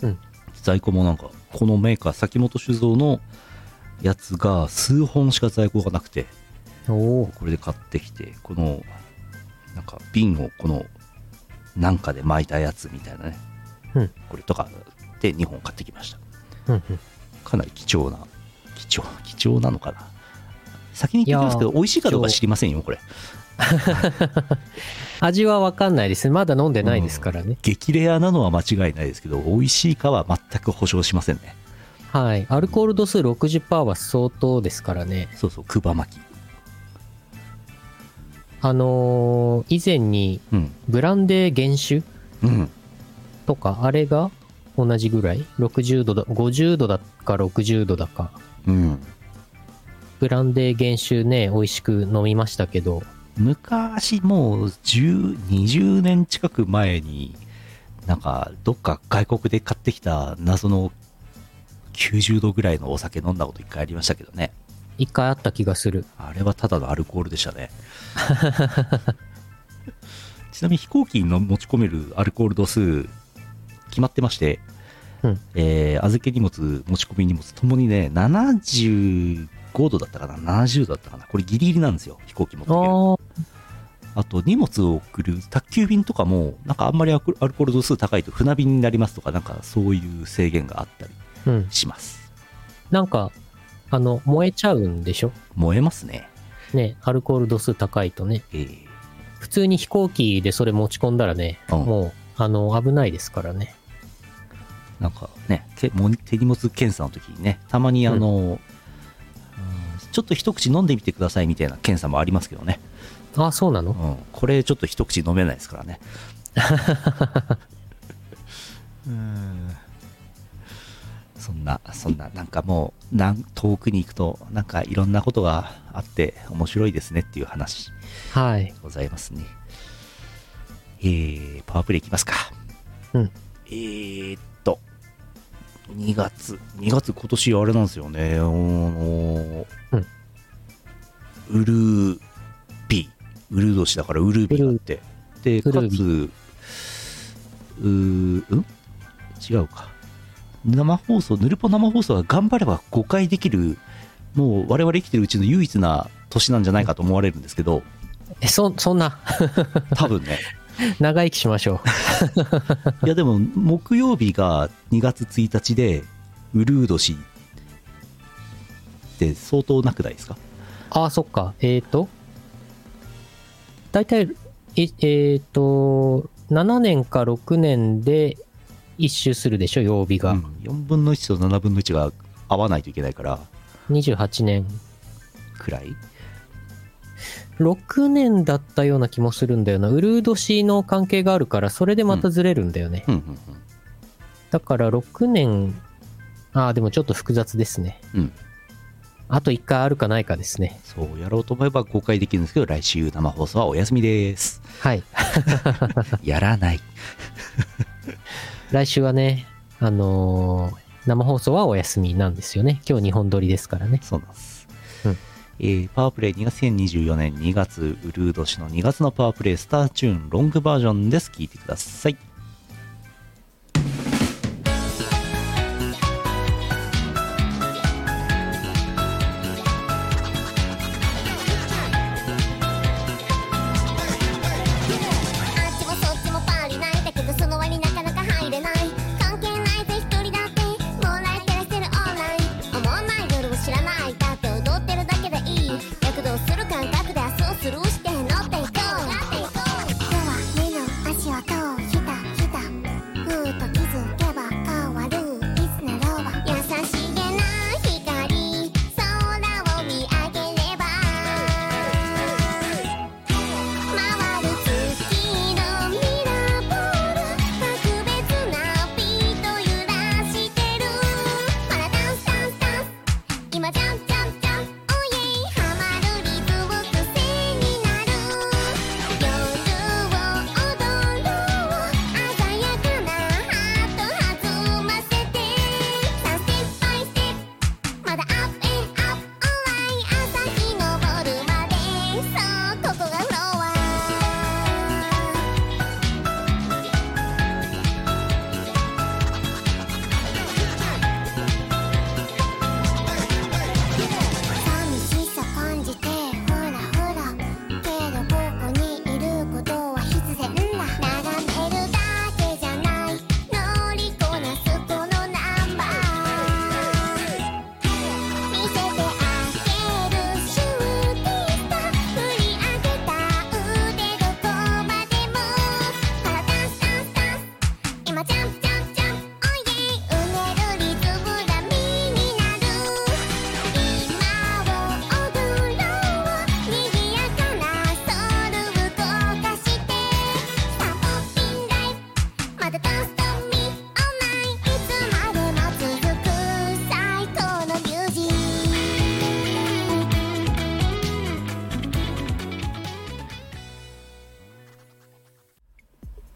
Speaker 2: うん
Speaker 1: 在庫もなんかこのメーカー崎本酒造のやつが数本しか在庫がなくて
Speaker 2: おー
Speaker 1: これで買ってきてこのなんか瓶をこのなんかで巻いたやつみたいなね、
Speaker 2: うん
Speaker 1: これとかで2本買ってきました
Speaker 2: うんうん
Speaker 1: かなり貴重な貴重貴重なのかな先に聞いてますけど
Speaker 2: いやー
Speaker 1: 美味しいかどうか知りませんよこれ
Speaker 2: 味はわかんないですね。まだ飲んでないですからね。
Speaker 1: 激レアなのは間違いないですけど美味しいかは全く保証しませんね
Speaker 2: はい。アルコール度数60%は相当ですからね。
Speaker 1: そうそうくば巻き
Speaker 2: あのー以前に
Speaker 1: うん
Speaker 2: ブランデー原酒
Speaker 1: うん
Speaker 2: とか、あれが同じぐらい ?60 度だ、50度だか60度だか。
Speaker 1: うん。
Speaker 2: ブランデー原酒ね、美味しく飲みましたけど、
Speaker 1: 昔もう10、20年近く前に、なんかどっか外国で買ってきた謎の90度ぐらいのお酒飲んだこと一回ありましたけどね。
Speaker 2: 一回あった気がする。
Speaker 1: あれはただのアルコールでしたね。 ちなみに飛行機にの持ち込めるアルコール度数決まってまして、
Speaker 2: うん
Speaker 1: えー預け荷物、持ち込み荷物ともにね、75度だったかな、70度だったかな、これギリギリなんですよ、飛行機持って
Speaker 2: あ
Speaker 1: ける。
Speaker 2: ー
Speaker 1: あと荷物を送る宅急便とかも、なんかあんまりアクアルコール度数高いと船便になりますとか、なんかそういう制限があったり
Speaker 2: うん。
Speaker 1: します。
Speaker 2: なんか、あの、燃えちゃうんでしょ
Speaker 1: 燃えますね。
Speaker 2: ね、アルコール度数高いとね。
Speaker 1: えー
Speaker 2: 普通に飛行機でそれ持ち込んだらね、
Speaker 1: うん
Speaker 2: もう、あの、危ないですからね。
Speaker 1: なんかね、けも手荷物検査の時にね、たまにあの、うんちょっと一口飲んでみてくださいみたいな検査もありますけどね、
Speaker 2: あ、そうな
Speaker 1: う
Speaker 2: の
Speaker 1: ん、これちょっと一口飲めないですからね。 うんそんな、そんな、なんかもう、なん遠くに行くと、なんかいろんなことがあって、面白いですねっていう話で
Speaker 2: はい。
Speaker 1: ございますね。えー、パワープレイいきますか。
Speaker 2: うん。
Speaker 1: えーっと、2月、2月今年あれなんですよね、あの
Speaker 2: うん
Speaker 1: ウルービー、ウルー年だからウルービーがあって、で、か
Speaker 2: ウルービ
Speaker 1: つ、うーうん違うか。生放送、ヌルポ生放送は頑張れば5回できる、もう我々生きてるうちの唯一な年なんじゃないかと思われるんですけど、
Speaker 2: え、そ、そんな、
Speaker 1: 多分ね。
Speaker 2: 長生きしましょ
Speaker 1: いやでも木曜日が2月1日でウルード氏って相当なくないですか
Speaker 2: う。あ、そっか。えっ、ー、と、だいたい、えっ、えーと、7年か6年で一周するでしょ、曜日が。
Speaker 1: うん4分の1と7分の1が合わないといけないから
Speaker 2: 28年。
Speaker 1: くらい
Speaker 2: 6年だったような気もするんだよな。ウルード氏の関係があるから、それでまたずれるんだよね。
Speaker 1: うんうん
Speaker 2: だから6年、ああ、でもちょっと複雑ですね。
Speaker 1: うんうん
Speaker 2: あと1回あるかないかですね。
Speaker 1: そうやろうと思えば公開できるんですけど来週生放送はお休みです
Speaker 2: はい。
Speaker 1: やらない
Speaker 2: 来週はね、 あのー生放送はお休みなんですよね。今日2本撮りですからね。
Speaker 1: そうなんです、
Speaker 2: うん
Speaker 1: えーパワープレイ2024年2月ウルード氏の2月のパワープレイスターチューンロングバージョンです聞いてください
Speaker 4: あっちもそっちもパーリないだけどその輪になかなか入れない関係ないぜ一人だってもらえてらしてるオーライ思わない夜を知らないだって踊ってるだけでいい躍動する感覚で明日をスルーして乗っていこう今日は目の足音をひたひたふーと気づけば変わるいつなろうは優しげな光空を見上げれば回る月のミラーボール特別なビート揺らしてるパラダンスダンスダンス今ジャンジャンジャンおいえいハマるリズム癖になる夜を踊ろう鮮やかな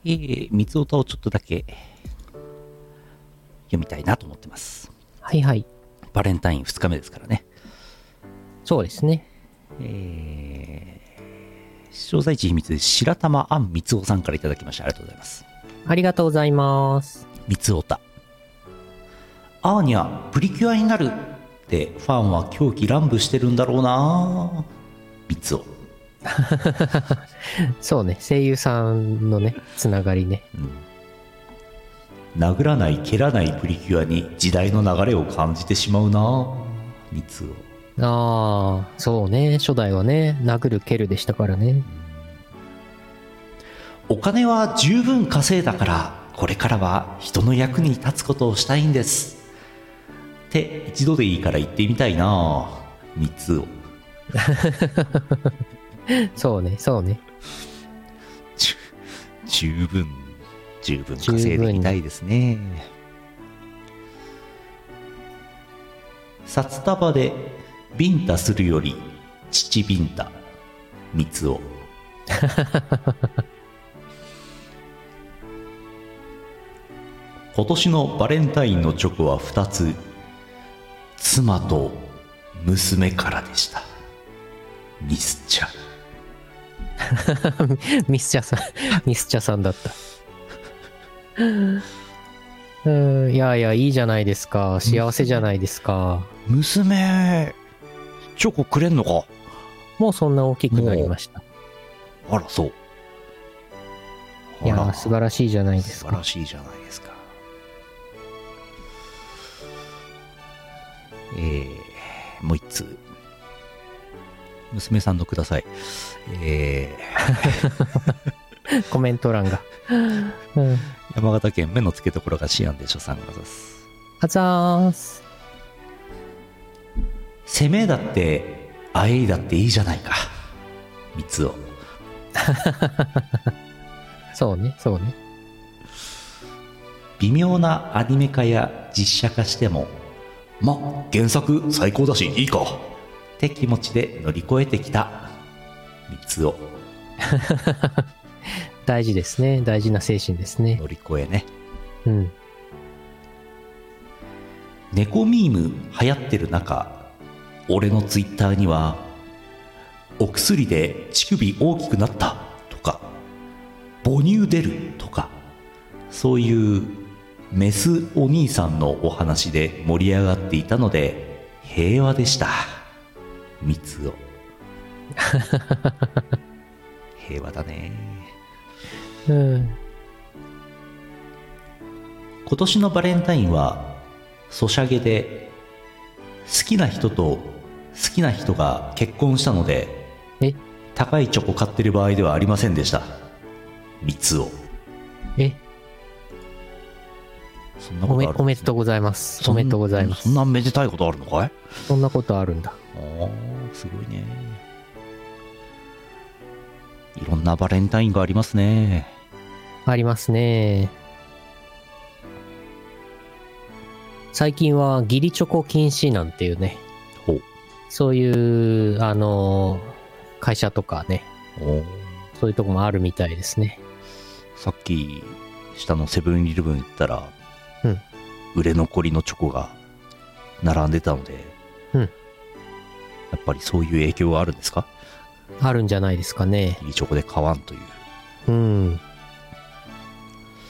Speaker 1: け、三つ歌をちょっとだけ読みたいなと思ってます。
Speaker 2: はいはい。
Speaker 1: バレンタイン2日目ですからね。
Speaker 2: そうですね。
Speaker 1: えー、詳細地秘密で白玉あんみつおさんからいただきました。ありがとうございます。
Speaker 2: ありがとうございます。
Speaker 1: 三つおた。アーニャ、プリキュアになるってファンは狂気乱舞してるんだろうな三つお。
Speaker 2: そうね、声優さんのね、つながりね。
Speaker 1: 殴らない、蹴らないプリキュアに時代の流れを感じてしまうな三つお。
Speaker 2: ああ、そうね、初代はね、殴る蹴るでしたからね。
Speaker 1: お金は十分稼いだからこれからは人の役に立つことをしたいんですって一度でいいから言ってみたいなあ三つを
Speaker 2: そうね、そうね。
Speaker 1: 十十分十分稼いでみたいですね札束でビンタするより父ビンタ三つを今年のバレンタインのチョコは2つ妻と娘からでしたミスチャ
Speaker 2: ミスチャさん、ミスチャさんだった。 うん、いやいや、いいじゃないですか。幸せじゃないですか。
Speaker 1: 娘チョコくれんのか
Speaker 2: もうそんな大きくなりました。
Speaker 1: あらそう
Speaker 2: いや
Speaker 1: あ
Speaker 2: ー、
Speaker 1: ら
Speaker 2: 素晴らしいじゃないです
Speaker 1: 素晴。
Speaker 2: から
Speaker 1: しいじゃないですかえー、もう一通娘さんのくださいえ
Speaker 2: コメント欄 が。うん。
Speaker 1: ー、山形県目の付けどころがシアンでしょさんがざす
Speaker 2: あざーす。
Speaker 1: 攻めだってあえいだっていいじゃないか三つを
Speaker 2: そうね、そうね。
Speaker 1: 微妙なアニメ化や実写化してもま原作最高だしいいかって気持ちで乗り越えてきた三つを
Speaker 2: 大事ですね。大事な精神ですね。
Speaker 1: 乗り越えね
Speaker 2: うん。
Speaker 1: 猫ミーム流行ってる中俺のツイッターには「お薬で乳首大きくなった」とか「母乳出る」とかそういうメスお兄さんのお話で盛り上がっていたので平和でした三つを平和だね
Speaker 2: うん。
Speaker 1: 今年のバレンタインはソシャゲで好きな人と好きな人が結婚したので
Speaker 2: え、
Speaker 1: 高いチョコ買ってる場合ではありませんでした三つを
Speaker 2: え、
Speaker 1: そんなこ
Speaker 2: お
Speaker 1: とあ
Speaker 2: め、
Speaker 1: る
Speaker 2: おめでとうございます。
Speaker 1: そ
Speaker 2: お
Speaker 1: ん
Speaker 2: めでとうございます。
Speaker 1: そんなめでたいことあるのかい
Speaker 2: そんなことあるんだ。
Speaker 1: あーすごいねいろんなバレンタインがありますね
Speaker 2: ありますね。最近は義理チョコ禁止なんていうね、
Speaker 1: ほう
Speaker 2: そういう、あのー会社とかね、
Speaker 1: おー
Speaker 2: そういうとこもあるみたいですね。
Speaker 1: さっき下のセブンイレブン行ったら、
Speaker 2: うん
Speaker 1: 売れ残りのチョコが並んでたので、
Speaker 2: うん
Speaker 1: やっぱりそういう影響があるんですか
Speaker 2: あるんじゃないですかね。
Speaker 1: いいチョコで買わんという
Speaker 2: うん。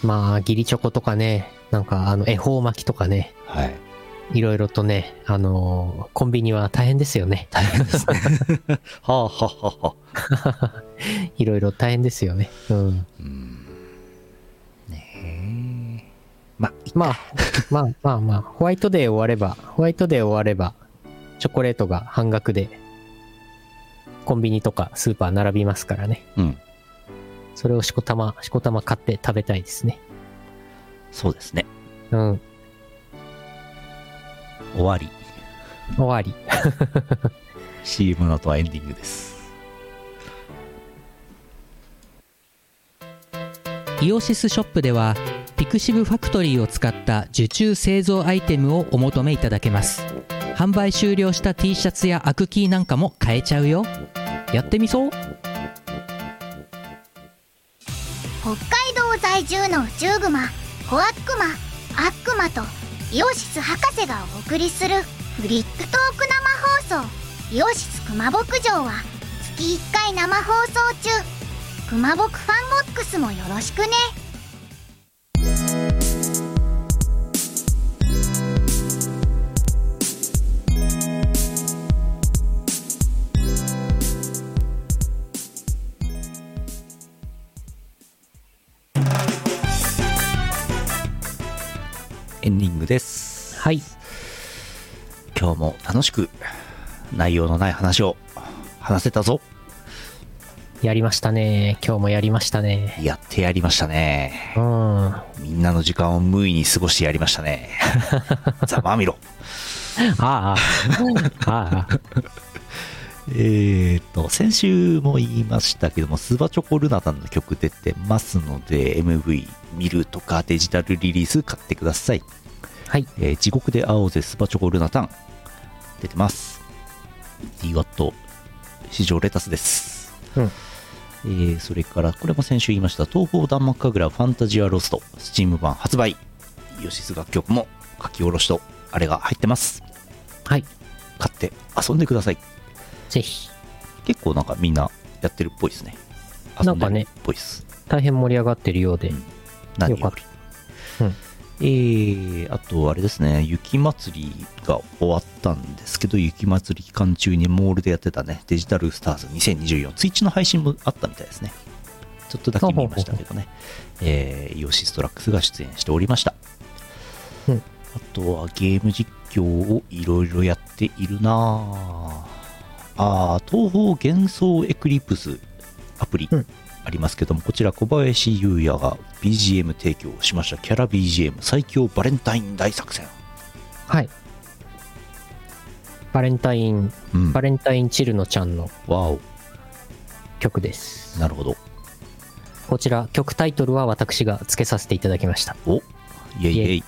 Speaker 2: まあ、義理チョコとかね、なんか、あの、恵方巻きとかね、
Speaker 1: はい
Speaker 2: いろいろとね、あのーコンビニは大変ですよね。
Speaker 1: 大変ですねはあはあはあはあ
Speaker 2: いろいろ大変ですよね。うん。
Speaker 1: ねえまあい
Speaker 2: まあ、まあまあまあ、ホワイトデー終われば、ホワイトデー終われば、チョコレートが半額で、コンビニとかスーパー並びますからね。
Speaker 1: うん
Speaker 2: それをしこたま、しこたま買って食べたいですね。
Speaker 1: そうですね
Speaker 2: うん。
Speaker 1: 終わり
Speaker 2: 終わり。
Speaker 1: CM の後はエンディングです
Speaker 5: イオシスショップではピクシブファクトリーを使った受注製造アイテムをお求めいただけます販売終了した T シャツやアクキーなんかも買えちゃうよやってみそう
Speaker 4: 北海道在住の宇宙グマコアックマアックマとイオシス博士がお送りするフリックトーク生放送「イオシス熊牧場」は月1回生放送中熊牧ファンボックスもよろしくね
Speaker 1: エンディングです
Speaker 2: はい。
Speaker 1: 今日も楽しく内容のない話を話せたぞ
Speaker 2: やりましたね。今日もやりましたね。
Speaker 1: やってやりましたね
Speaker 2: うん。
Speaker 1: みんなの時間を無意に過ごしてやりました ねざまあみろ
Speaker 2: ああ、ああ、
Speaker 1: えー、と先週も言いましたけどもスーパーチョコルナさんの曲出てますので MV 見るとかデジタルリリース買ってください、
Speaker 2: はい、
Speaker 1: えー地獄で会おうぜスーパーチョコルナタン出てます DWAT 市場レタスです、
Speaker 2: うん
Speaker 1: えーそれからこれも先週言いました東方弾幕神楽ファンタジアロストスチーム版発売吉津楽曲も書き下ろしとあれが入ってます
Speaker 2: はい。
Speaker 1: 買って遊んでください
Speaker 2: ぜひ。
Speaker 1: 結構なんかみんなやってるっぽいですね。
Speaker 2: なんかね
Speaker 1: 遊でるっぽいです。
Speaker 2: 大変盛り上がってるようで。
Speaker 1: 何よ
Speaker 2: よかっ
Speaker 1: り。
Speaker 2: たうん
Speaker 1: えー、あとあれですね、雪まつりが終わったんですけど、雪まつり期間中にモールでやってたね、デジタルスターズ2024、ツイッチの配信もあったみたいですね。ちょっとだけ見ましたけどね、えー、イオシストラックスが出演しておりました。
Speaker 2: うん
Speaker 1: あとはゲーム実況をいろいろやっているなぁ。あー東方幻想エクリプスアプリ
Speaker 2: うん
Speaker 1: ありますけども、こちら小林優也が BGM 提供しましたキャラ BGM 最強バレンタイン大作戦、
Speaker 2: はい。バレンタイン、
Speaker 1: うん、
Speaker 2: バレンタインチルノちゃんの
Speaker 1: わお
Speaker 2: 曲です。
Speaker 1: なるほど
Speaker 2: こちら、曲タイトルは私が付けさせていただきました。
Speaker 1: おイェイイェイイ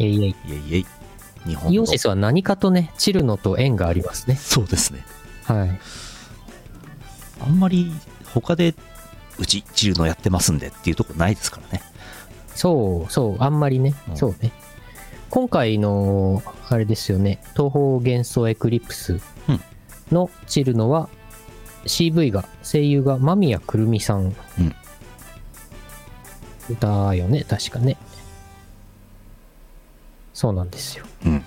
Speaker 2: えいえい。
Speaker 1: ェイイェイ日本の
Speaker 2: イオシスは何かとね、チルノと縁がありますね。
Speaker 1: そうですね
Speaker 2: はい。
Speaker 1: あんまり他でうちチルのやってますんでっていうとこないですからね
Speaker 2: そうそう、あんまりね
Speaker 1: う。ん
Speaker 2: そうね。今回の、あれですよね、東方幻想エクリプス
Speaker 1: うん
Speaker 2: のチルノは、CV が、声優が間宮くるみさん
Speaker 1: うん。
Speaker 2: だよね、確かね。そうなんですよ。
Speaker 1: うん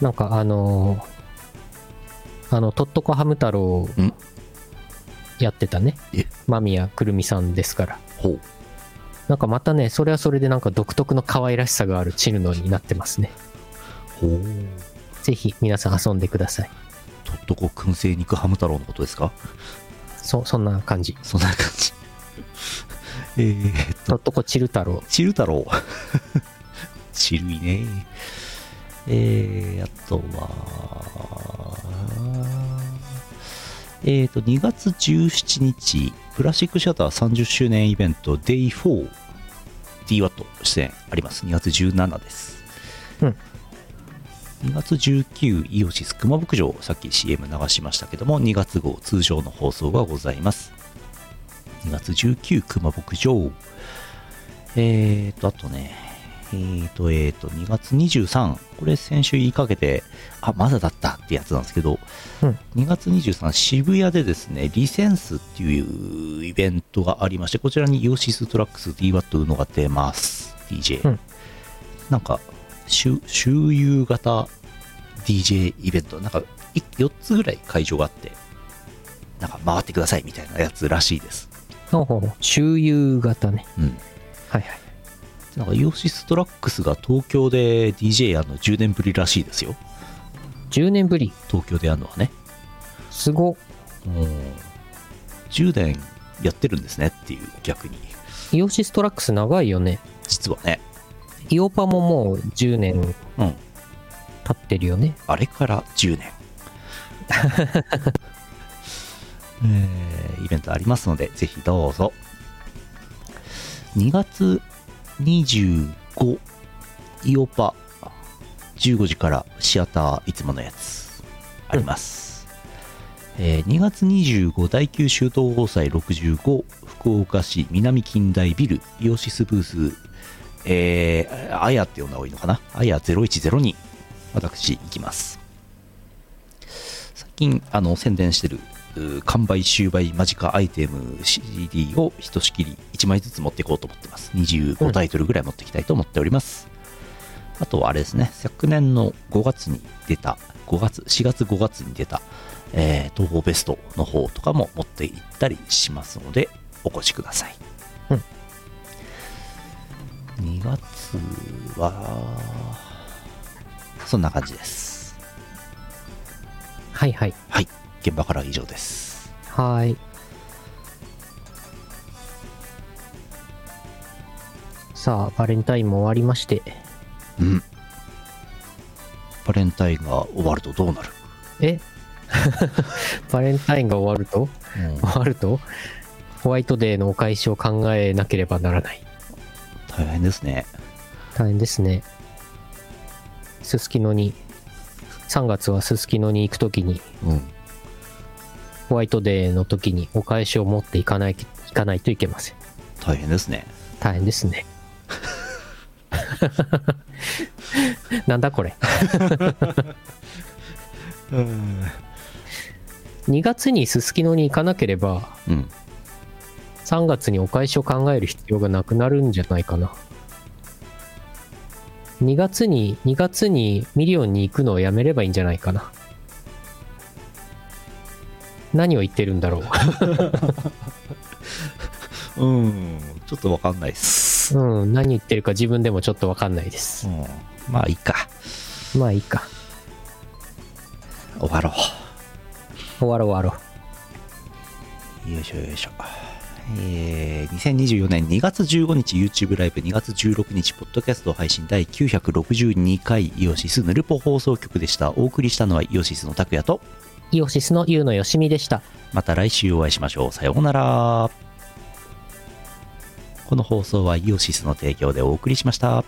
Speaker 2: なんかあのーあの、とっとこハム太郎
Speaker 1: うん
Speaker 2: やってたね
Speaker 1: え、
Speaker 2: 間宮くるみさんですから。
Speaker 1: ほう
Speaker 2: なんかまたね、それはそれでなんか独特の可愛らしさがあるチルノになってますね。
Speaker 1: ほう
Speaker 2: ぜひ皆さん遊んでください。
Speaker 1: とっとこ燻製肉ハム太郎のことですか
Speaker 2: そ、そんな感じ。
Speaker 1: そんな感じえー、
Speaker 2: とっとこチル太郎。
Speaker 1: チル太郎。 チルいね。えー、あとは、えーと、2月17日、プラスチックシャッター30周年イベント Day4、DWAT 出演あります。2月17です。
Speaker 2: うん
Speaker 1: 2月19イオシス熊牧場さっき CM 流しましたけども2月号通常の放送がございます2月19熊牧場えーと、あとね、えーと、えーと、2月23、これ先週言いかけて、あ、まだだったってやつなんですけど、
Speaker 2: うん
Speaker 1: 2月23、渋谷でですね、リセンスっていうイベントがありまして、こちらにイオシストラックス DWAT うのが出ます、DJ。
Speaker 2: うん
Speaker 1: なんか、週、周遊型 DJ イベント、なんか、4つぐらい会場があって、なんか回ってくださいみたいなやつらしいです。
Speaker 2: ほうほうほう。周遊型ね。
Speaker 1: うん。
Speaker 2: はいはい。
Speaker 1: なんかイオシストラックスが東京で DJ やるの10年ぶりらしいですよ
Speaker 2: 10年ぶり。
Speaker 1: 東京でやるのはね
Speaker 2: すご。
Speaker 1: うん10年やってるんですねっていう逆に
Speaker 2: イオシストラックス長いよね。
Speaker 1: 実はね
Speaker 2: イオパももう10年
Speaker 1: うん
Speaker 2: 経ってるよね。
Speaker 1: あれから10年 えーイベントありますのでぜひどうぞ2月25イオパ15時からシアターいつものやつあります、えー2月25第9州東放祭65福岡市南近代ビルイオシスブース、えー、あやって呼んだ方がいいのかなあや0102私行きます最近あの宣伝してるうー完売終売間近アイテム CD をひとしきり1枚ずつ持っていこうと思ってます
Speaker 2: う
Speaker 1: 25
Speaker 2: ん
Speaker 1: タイトルぐらい持っていきたいと思っております、あとはあれですね昨年の5月に出た5月4月5月に出た、えー東宝ベストの方とかも持っていったりしますのでお越しください、
Speaker 2: うん
Speaker 1: 2月はそんな感じです
Speaker 2: はいはい。
Speaker 1: はい現場からは以上です
Speaker 2: はーい。さあ、バレンタインも終わりまして。
Speaker 1: うんバレンタインが終わるとどうなる、
Speaker 2: え バレンタインが終わると終わるとホワイトデーのお返しを考えなければならない。
Speaker 1: 大変ですね
Speaker 2: 大変ですね。すすきのに、3月はすすきのに行くときに、
Speaker 1: うん
Speaker 2: ホワイトデーのときにお返しを持っていかない、いかないといけません。
Speaker 1: 大変ですね
Speaker 2: 大変ですね。 なんだこれ。2月にすすきのに行かなければ、
Speaker 1: うん
Speaker 2: 3月にお返しを考える必要がなくなるんじゃないかな。2月に、2月にミリオンに行くのをやめればいいんじゃないかな。何を言ってるんだろう。
Speaker 1: うんちょっとわかんないっす、
Speaker 2: うん、何言ってるか自分でもちょっとわかんないです
Speaker 1: う。ん、まあいいか
Speaker 2: まあいいか。
Speaker 1: 終わろ
Speaker 2: 終わろう終わろ
Speaker 1: うよいしょよいしょえー、2024年2月15日 YouTube ライブ2月16日ポッドキャスト配信第962回イオシスヌルポ放送局でしたお送りしたのはイオシスの拓也と
Speaker 2: う。イオシスのゆうのよしみでした。
Speaker 1: また来週お会いしましょうさようならこの放送はイオシスの提供でお送りしました